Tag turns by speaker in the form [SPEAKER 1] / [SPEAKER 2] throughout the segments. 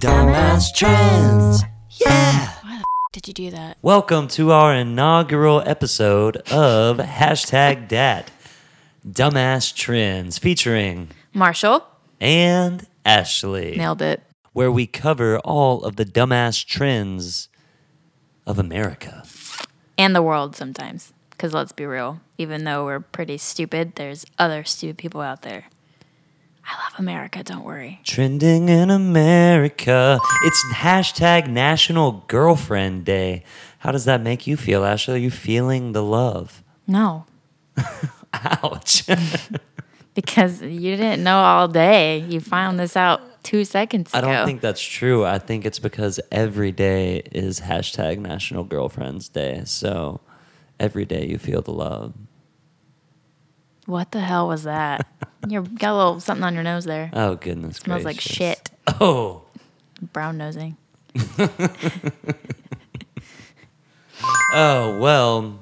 [SPEAKER 1] Trans Trends. Yeah.
[SPEAKER 2] Did you do that?
[SPEAKER 3] Welcome to our inaugural episode of hashtag Dat Dumbass Trends featuring
[SPEAKER 2] Marshall
[SPEAKER 3] and Ashley,
[SPEAKER 2] nailed it.
[SPEAKER 3] where we cover all of the dumbass trends of America.
[SPEAKER 2] And the world sometimes. Because let's be real, even though we're pretty stupid, there's other stupid people out there. I love America, don't worry.
[SPEAKER 3] Trending in America. It's hashtag National Girlfriend Day. How does that make you feel, Ashley? Are you feeling the love?
[SPEAKER 2] No,
[SPEAKER 3] Ouch.
[SPEAKER 2] because you didn't know all day. You found this out two seconds
[SPEAKER 3] I
[SPEAKER 2] ago.
[SPEAKER 3] don't think that's true. I think it's because every day is hashtag National Girlfriends Day. So every day you feel the love.
[SPEAKER 2] What the hell was that? you got a little something on your nose there.
[SPEAKER 3] Oh goodness
[SPEAKER 2] Smells like
[SPEAKER 3] gracious.
[SPEAKER 2] shit.
[SPEAKER 3] Oh,
[SPEAKER 2] Brown nosing.
[SPEAKER 3] oh well.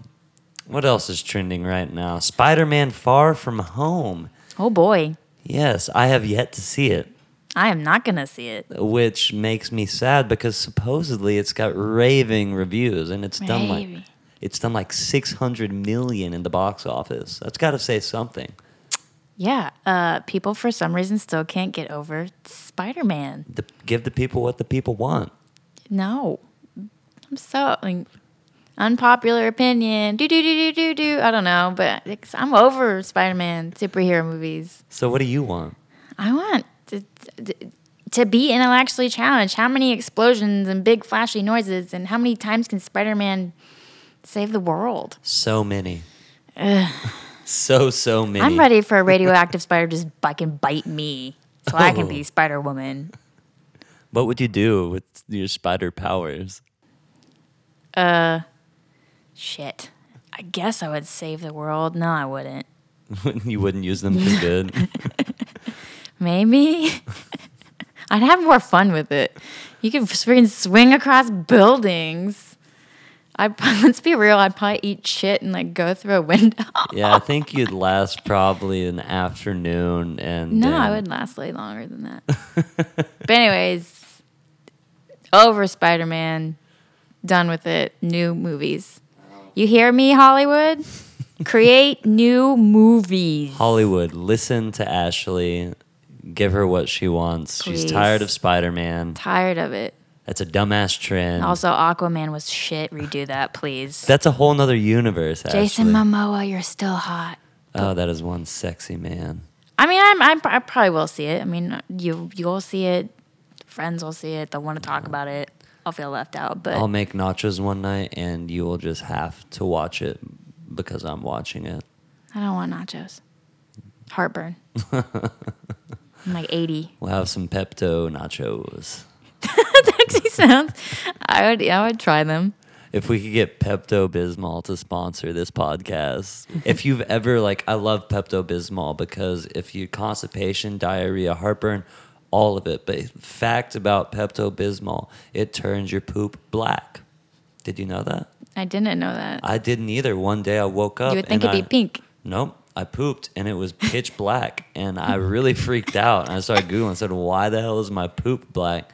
[SPEAKER 3] What else is trending right now? Spider-Man: Far From Home.
[SPEAKER 2] Oh boy,
[SPEAKER 3] Yes, I have yet to see it,
[SPEAKER 2] I am not gonna see it.
[SPEAKER 3] which makes me sad because supposedly it's got raving reviews and it's done like
[SPEAKER 2] Raving.
[SPEAKER 3] it's done like 600 million in the box office. That's got to say something.
[SPEAKER 2] Yeah, uh, people for some reason still can't get over Spider Man.
[SPEAKER 3] The, give the people what the people want.
[SPEAKER 2] No. I'm so like, unpopular opinion. Do do do do do do. I don't know, but it's, I'm over Spider-Man superhero movies.
[SPEAKER 3] So what do you want?
[SPEAKER 2] I want to, to, to be intellectually challenged. How many explosions and big flashy noises and how many times can Spider-Man save the world?
[SPEAKER 3] So many. so so many.
[SPEAKER 2] Eh. I'm ready for a radioactive spider just fucking bite me so I can
[SPEAKER 3] Oh.
[SPEAKER 2] be Spider-Woman.
[SPEAKER 3] What would you do with your spider powers?
[SPEAKER 2] Shit. I guess I would save the world. No, I wouldn't.
[SPEAKER 3] you wouldn't use them for good.
[SPEAKER 2] Maybe. I'd have more fun with it. You could freaking swing across buildings. I let's be real. I'd probably eat shit and like go through a window.
[SPEAKER 3] yeah, I think you'd last probably an afternoon and
[SPEAKER 2] No, I
[SPEAKER 3] um,
[SPEAKER 2] would last way longer than that. but anyways, over Spider Man, done with it. New movies. You hear me, Hollywood? Create new movies.
[SPEAKER 3] Hollywood, listen to Ashley. Give her what she wants. She's
[SPEAKER 2] Please.
[SPEAKER 3] tired of Spider Man.
[SPEAKER 2] Tired of it.
[SPEAKER 3] That's a dumbass trend.
[SPEAKER 2] Also, Aquaman was shit. Redo that, please.
[SPEAKER 3] That's a whole nother universe,
[SPEAKER 2] Jason
[SPEAKER 3] Ashley.
[SPEAKER 2] Momoa, you're still hot.
[SPEAKER 3] oh, that is one sexy man.
[SPEAKER 2] I mean, I'm, I'm I probably will see it. I mean, you you'll see it. Friends will see it. They'll want to talk about it. I'll feel left out, but
[SPEAKER 3] I'll make nachos one night and you will just have to watch it because I'm watching it.
[SPEAKER 2] I don't want nachos. Heartburn. I'm like 80.
[SPEAKER 3] We'll have some Pepto nachos.
[SPEAKER 2] that actually sounds. I would I would try them.
[SPEAKER 3] If we could get Pepto Bismol to sponsor this podcast, if you've ever like, I love Pepto Bismol because if you constipation, diarrhea, heartburn, all of it. But fact about Pepto Bismol, it turns your poop black. Did you know that?
[SPEAKER 2] I didn't know that.
[SPEAKER 3] I didn't either. One day I woke up.
[SPEAKER 2] you would think
[SPEAKER 3] and
[SPEAKER 2] it'd
[SPEAKER 3] I-
[SPEAKER 2] be pink.
[SPEAKER 3] Nope. I pooped and it was pitch black and I really freaked out. I started Googling and said, Why the hell is my poop black?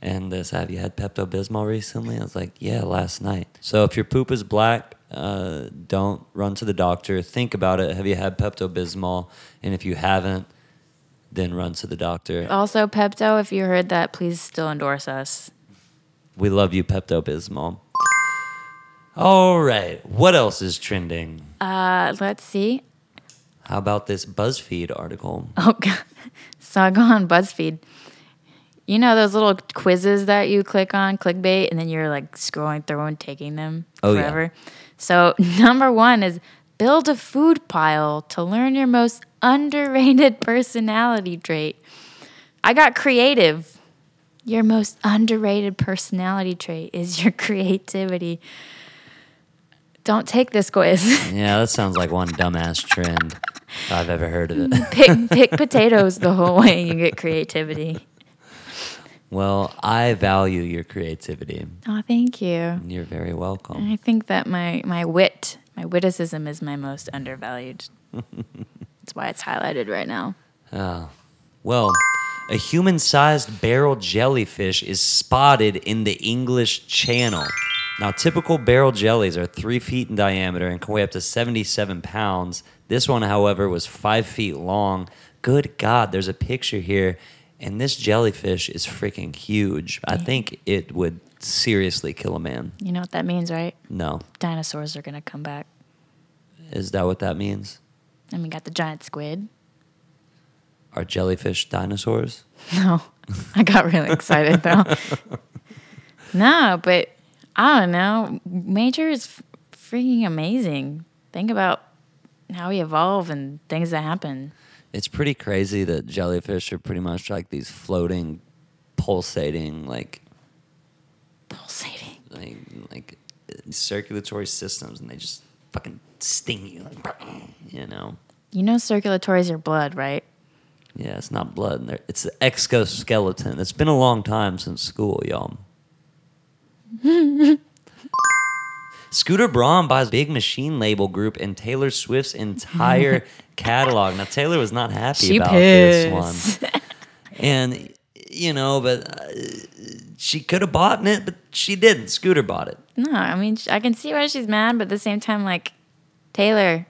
[SPEAKER 3] And this, have you had Pepto Bismol recently? I was like, Yeah, last night. So if your poop is black, uh, don't run to the doctor. Think about it. Have you had Pepto Bismol? And if you haven't, then run to the doctor.
[SPEAKER 2] Also, Pepto, if you heard that, please still endorse us.
[SPEAKER 3] We love you, Pepto Bismol. All right. What else is trending?
[SPEAKER 2] Uh, let's see.
[SPEAKER 3] How about this BuzzFeed article?
[SPEAKER 2] Oh god. So I go on BuzzFeed. You know those little quizzes that you click on, clickbait, and then you're like scrolling through and taking them
[SPEAKER 3] Oh, yeah.
[SPEAKER 2] forever. So number one is build a food pile to learn your most underrated personality trait. I got creative. Your most underrated personality trait is your creativity. Don't take this quiz.
[SPEAKER 3] Yeah, that sounds like one dumbass trend I've ever heard of it.
[SPEAKER 2] pick pick potatoes the whole way and you get creativity.
[SPEAKER 3] Well, I value your creativity.
[SPEAKER 2] Oh, thank you.
[SPEAKER 3] You're very welcome.
[SPEAKER 2] I think that my my wit, my witticism is my most undervalued. That's why it's highlighted right now.
[SPEAKER 3] Oh. Well, A human sized barrel jellyfish is spotted in the English Channel. Now, typical barrel jellies are three feet in diameter and can weigh up to 77 pounds. This one, however, was five feet long. Good God, there's a picture here, and this jellyfish is freaking huge. I think it would seriously kill a man.
[SPEAKER 2] You know what that means, right?
[SPEAKER 3] No.
[SPEAKER 2] Dinosaurs are going to come back.
[SPEAKER 3] Is that what that means?
[SPEAKER 2] And we got the giant squid.
[SPEAKER 3] Are jellyfish dinosaurs?
[SPEAKER 2] No, I got really excited though. no, but I don't know. Nature is f- freaking amazing. Think about how we evolve and things that happen.
[SPEAKER 3] It's pretty crazy that jellyfish are pretty much like these floating, pulsating, like
[SPEAKER 2] Pulsating.
[SPEAKER 3] like like uh, circulatory systems, and they just fucking sting you, like, you know.
[SPEAKER 2] You know, circulatory is your blood, right?
[SPEAKER 3] Yeah, it's not blood. in there. It's the exoskeleton. It's been a long time since school, y'all. Scooter Braun buys Big Machine label group and Taylor Swift's entire catalog. Now Taylor was not happy
[SPEAKER 2] She
[SPEAKER 3] about this
[SPEAKER 2] pissed.
[SPEAKER 3] one, and you know, but uh, she could have bought it, but she didn't. Scooter bought it.
[SPEAKER 2] No, I mean, sh- I can see why she's mad, but at the same time, like, Taylor,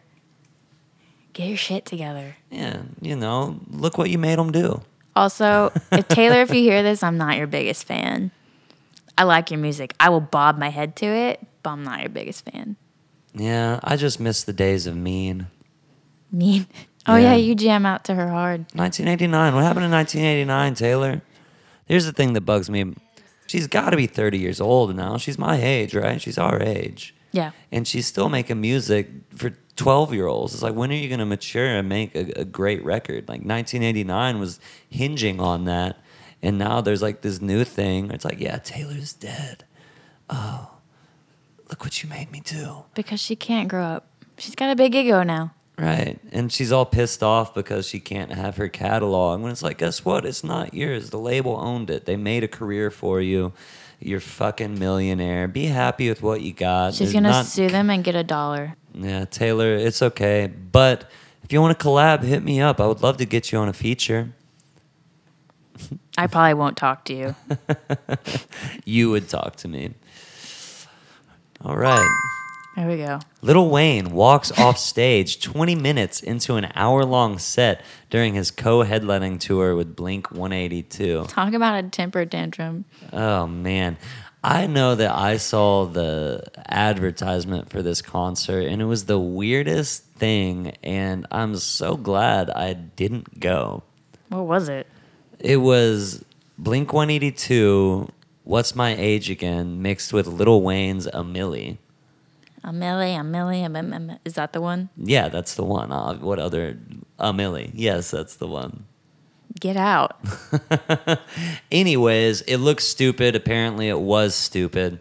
[SPEAKER 2] get your shit together.
[SPEAKER 3] Yeah, you know, look what you made them do.
[SPEAKER 2] Also, if Taylor, if you hear this, I'm not your biggest fan. I like your music. I will bob my head to it, but I'm not your biggest fan.
[SPEAKER 3] Yeah, I just miss the days of mean.
[SPEAKER 2] Mean. Oh
[SPEAKER 3] Yeah.
[SPEAKER 2] yeah, you jam out to her hard.
[SPEAKER 3] 1989. What happened in 1989, Taylor? Here's the thing that bugs me. She's got to be 30 years old now. She's my age, right? She's our age.
[SPEAKER 2] Yeah.
[SPEAKER 3] And she's still making music for 12 year olds. It's like, when are you going to mature and make a, a great record? Like, 1989 was hinging on that. And now there's like this new thing. It's like, yeah, Taylor's dead. Oh, look what you made me do.
[SPEAKER 2] Because she can't grow up. She's got a big ego now.
[SPEAKER 3] Right. And she's all pissed off because she can't have her catalog. When it's like, guess what? It's not yours. The label owned it. They made a career for you. You're fucking millionaire. Be happy with what you got.
[SPEAKER 2] She's
[SPEAKER 3] There's
[SPEAKER 2] gonna
[SPEAKER 3] not-
[SPEAKER 2] sue them and get a dollar.
[SPEAKER 3] Yeah, Taylor, it's okay. But if you want to collab, hit me up. I would love to get you on a feature.
[SPEAKER 2] I probably won't talk to you.
[SPEAKER 3] You would talk to me. All right.
[SPEAKER 2] There we go.
[SPEAKER 3] Little Wayne walks off stage 20 minutes into an hour long set during his co headlining tour with Blink 182.
[SPEAKER 2] Talk about a temper tantrum.
[SPEAKER 3] Oh man. I know that I saw the advertisement for this concert and it was the weirdest thing and I'm so glad I didn't go.
[SPEAKER 2] What was it?
[SPEAKER 3] It was Blink 182 What's My Age Again mixed with Little Wayne's A Millie.
[SPEAKER 2] A milli, a milli, a mil- a mil- Is that the one?
[SPEAKER 3] Yeah, that's the one. Uh, what other A Millie. Yes, that's the one.
[SPEAKER 2] Get out.
[SPEAKER 3] Anyways, it looks stupid. Apparently, it was stupid.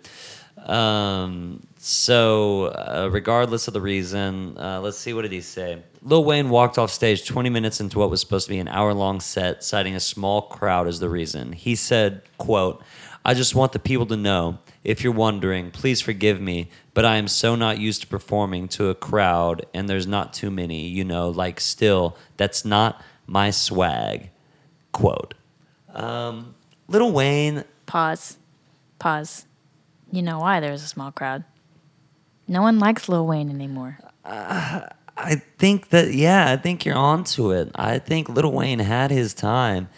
[SPEAKER 3] Um, so, uh, regardless of the reason, uh, let's see what did he say. Lil Wayne walked off stage 20 minutes into what was supposed to be an hour-long set, citing a small crowd as the reason. He said, "quote I just want the people to know. If you're wondering, please forgive me, but I am so not used to performing to a crowd, and there's not too many. You know, like still, that's not my swag." Quote. Little Wayne,
[SPEAKER 2] Pause. Pause. You know why there's a small crowd. No one likes Lil Wayne anymore.
[SPEAKER 3] I think that yeah, I think you're onto it. I think Little Wayne had his time,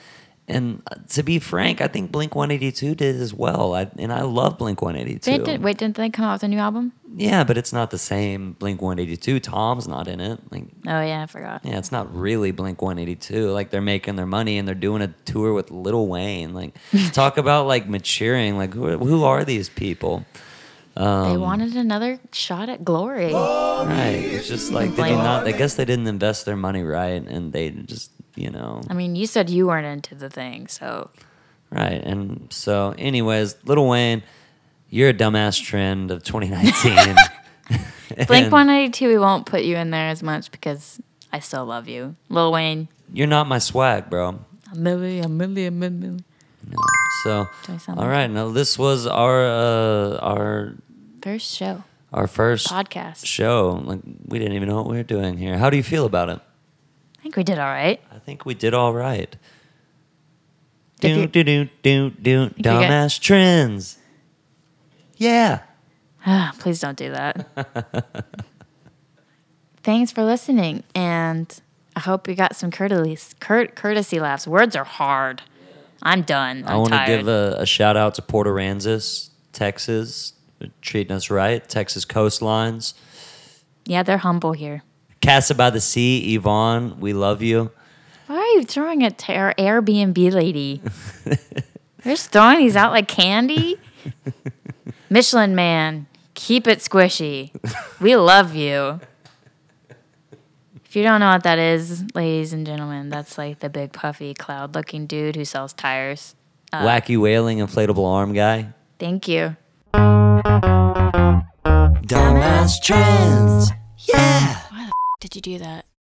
[SPEAKER 3] and uh, to be frank, I think Blink 182 did as well. I, and I love Blink
[SPEAKER 2] They
[SPEAKER 3] 182.
[SPEAKER 2] did, wait, didn't they come out with a new album?
[SPEAKER 3] Yeah, but it's not the same Blink 182. Tom's not in it. Like
[SPEAKER 2] Oh yeah, I forgot.
[SPEAKER 3] yeah, it's not really Blink 182. Like they're making their money and they're doing a tour with Little Wayne. Like talk about like maturing. Like who, who are these people? Um,
[SPEAKER 2] they wanted another shot at glory.
[SPEAKER 3] Right. It's just like they did
[SPEAKER 2] Blame
[SPEAKER 3] not. I guess they didn't invest their money right, and they just you know.
[SPEAKER 2] I mean, you said you weren't into the thing, so
[SPEAKER 3] Right. And so, anyways, Little Wayne, you're a dumbass trend of 2019.
[SPEAKER 2] Blink
[SPEAKER 3] And
[SPEAKER 2] 182, we won't put you in there as much because I still love you. Lil Wayne,
[SPEAKER 3] You're not my swag, bro.
[SPEAKER 2] a milli, a milli, a milli, milli.
[SPEAKER 3] So,
[SPEAKER 2] Do I sound
[SPEAKER 3] all
[SPEAKER 2] like-
[SPEAKER 3] right. Now, this was our uh, our
[SPEAKER 2] First show,
[SPEAKER 3] our first
[SPEAKER 2] podcast.
[SPEAKER 3] show. Like, we didn't even know what we were doing here. How do you feel about it?
[SPEAKER 2] I think we did all right.
[SPEAKER 3] I think we did all right. do
[SPEAKER 2] you're-
[SPEAKER 3] do do do do
[SPEAKER 2] you're good.
[SPEAKER 3] dumbass trends. Yeah.
[SPEAKER 2] Ah, please don't do that. Thanks for listening, and I hope you got some courtesies, cur- courtesy laughs. Words are hard. I'm done. I'm
[SPEAKER 3] I want to
[SPEAKER 2] tired.
[SPEAKER 3] give a, a shout out to Port Aransas, Texas, for treating us right. Texas coastlines,
[SPEAKER 2] yeah, they're humble here.
[SPEAKER 3] Casa by the Sea, Yvonne, we love you.
[SPEAKER 2] Why are you throwing it to our Airbnb lady? You're just throwing these out like candy? Michelin man, keep it squishy. We love you. If you don't know what that is, ladies and gentlemen, that's like the big puffy cloud looking dude who sells tires. Uh,
[SPEAKER 3] Wacky wailing inflatable arm guy.
[SPEAKER 2] Thank you.
[SPEAKER 1] Dumbass trends. Yeah.
[SPEAKER 4] Did you do that?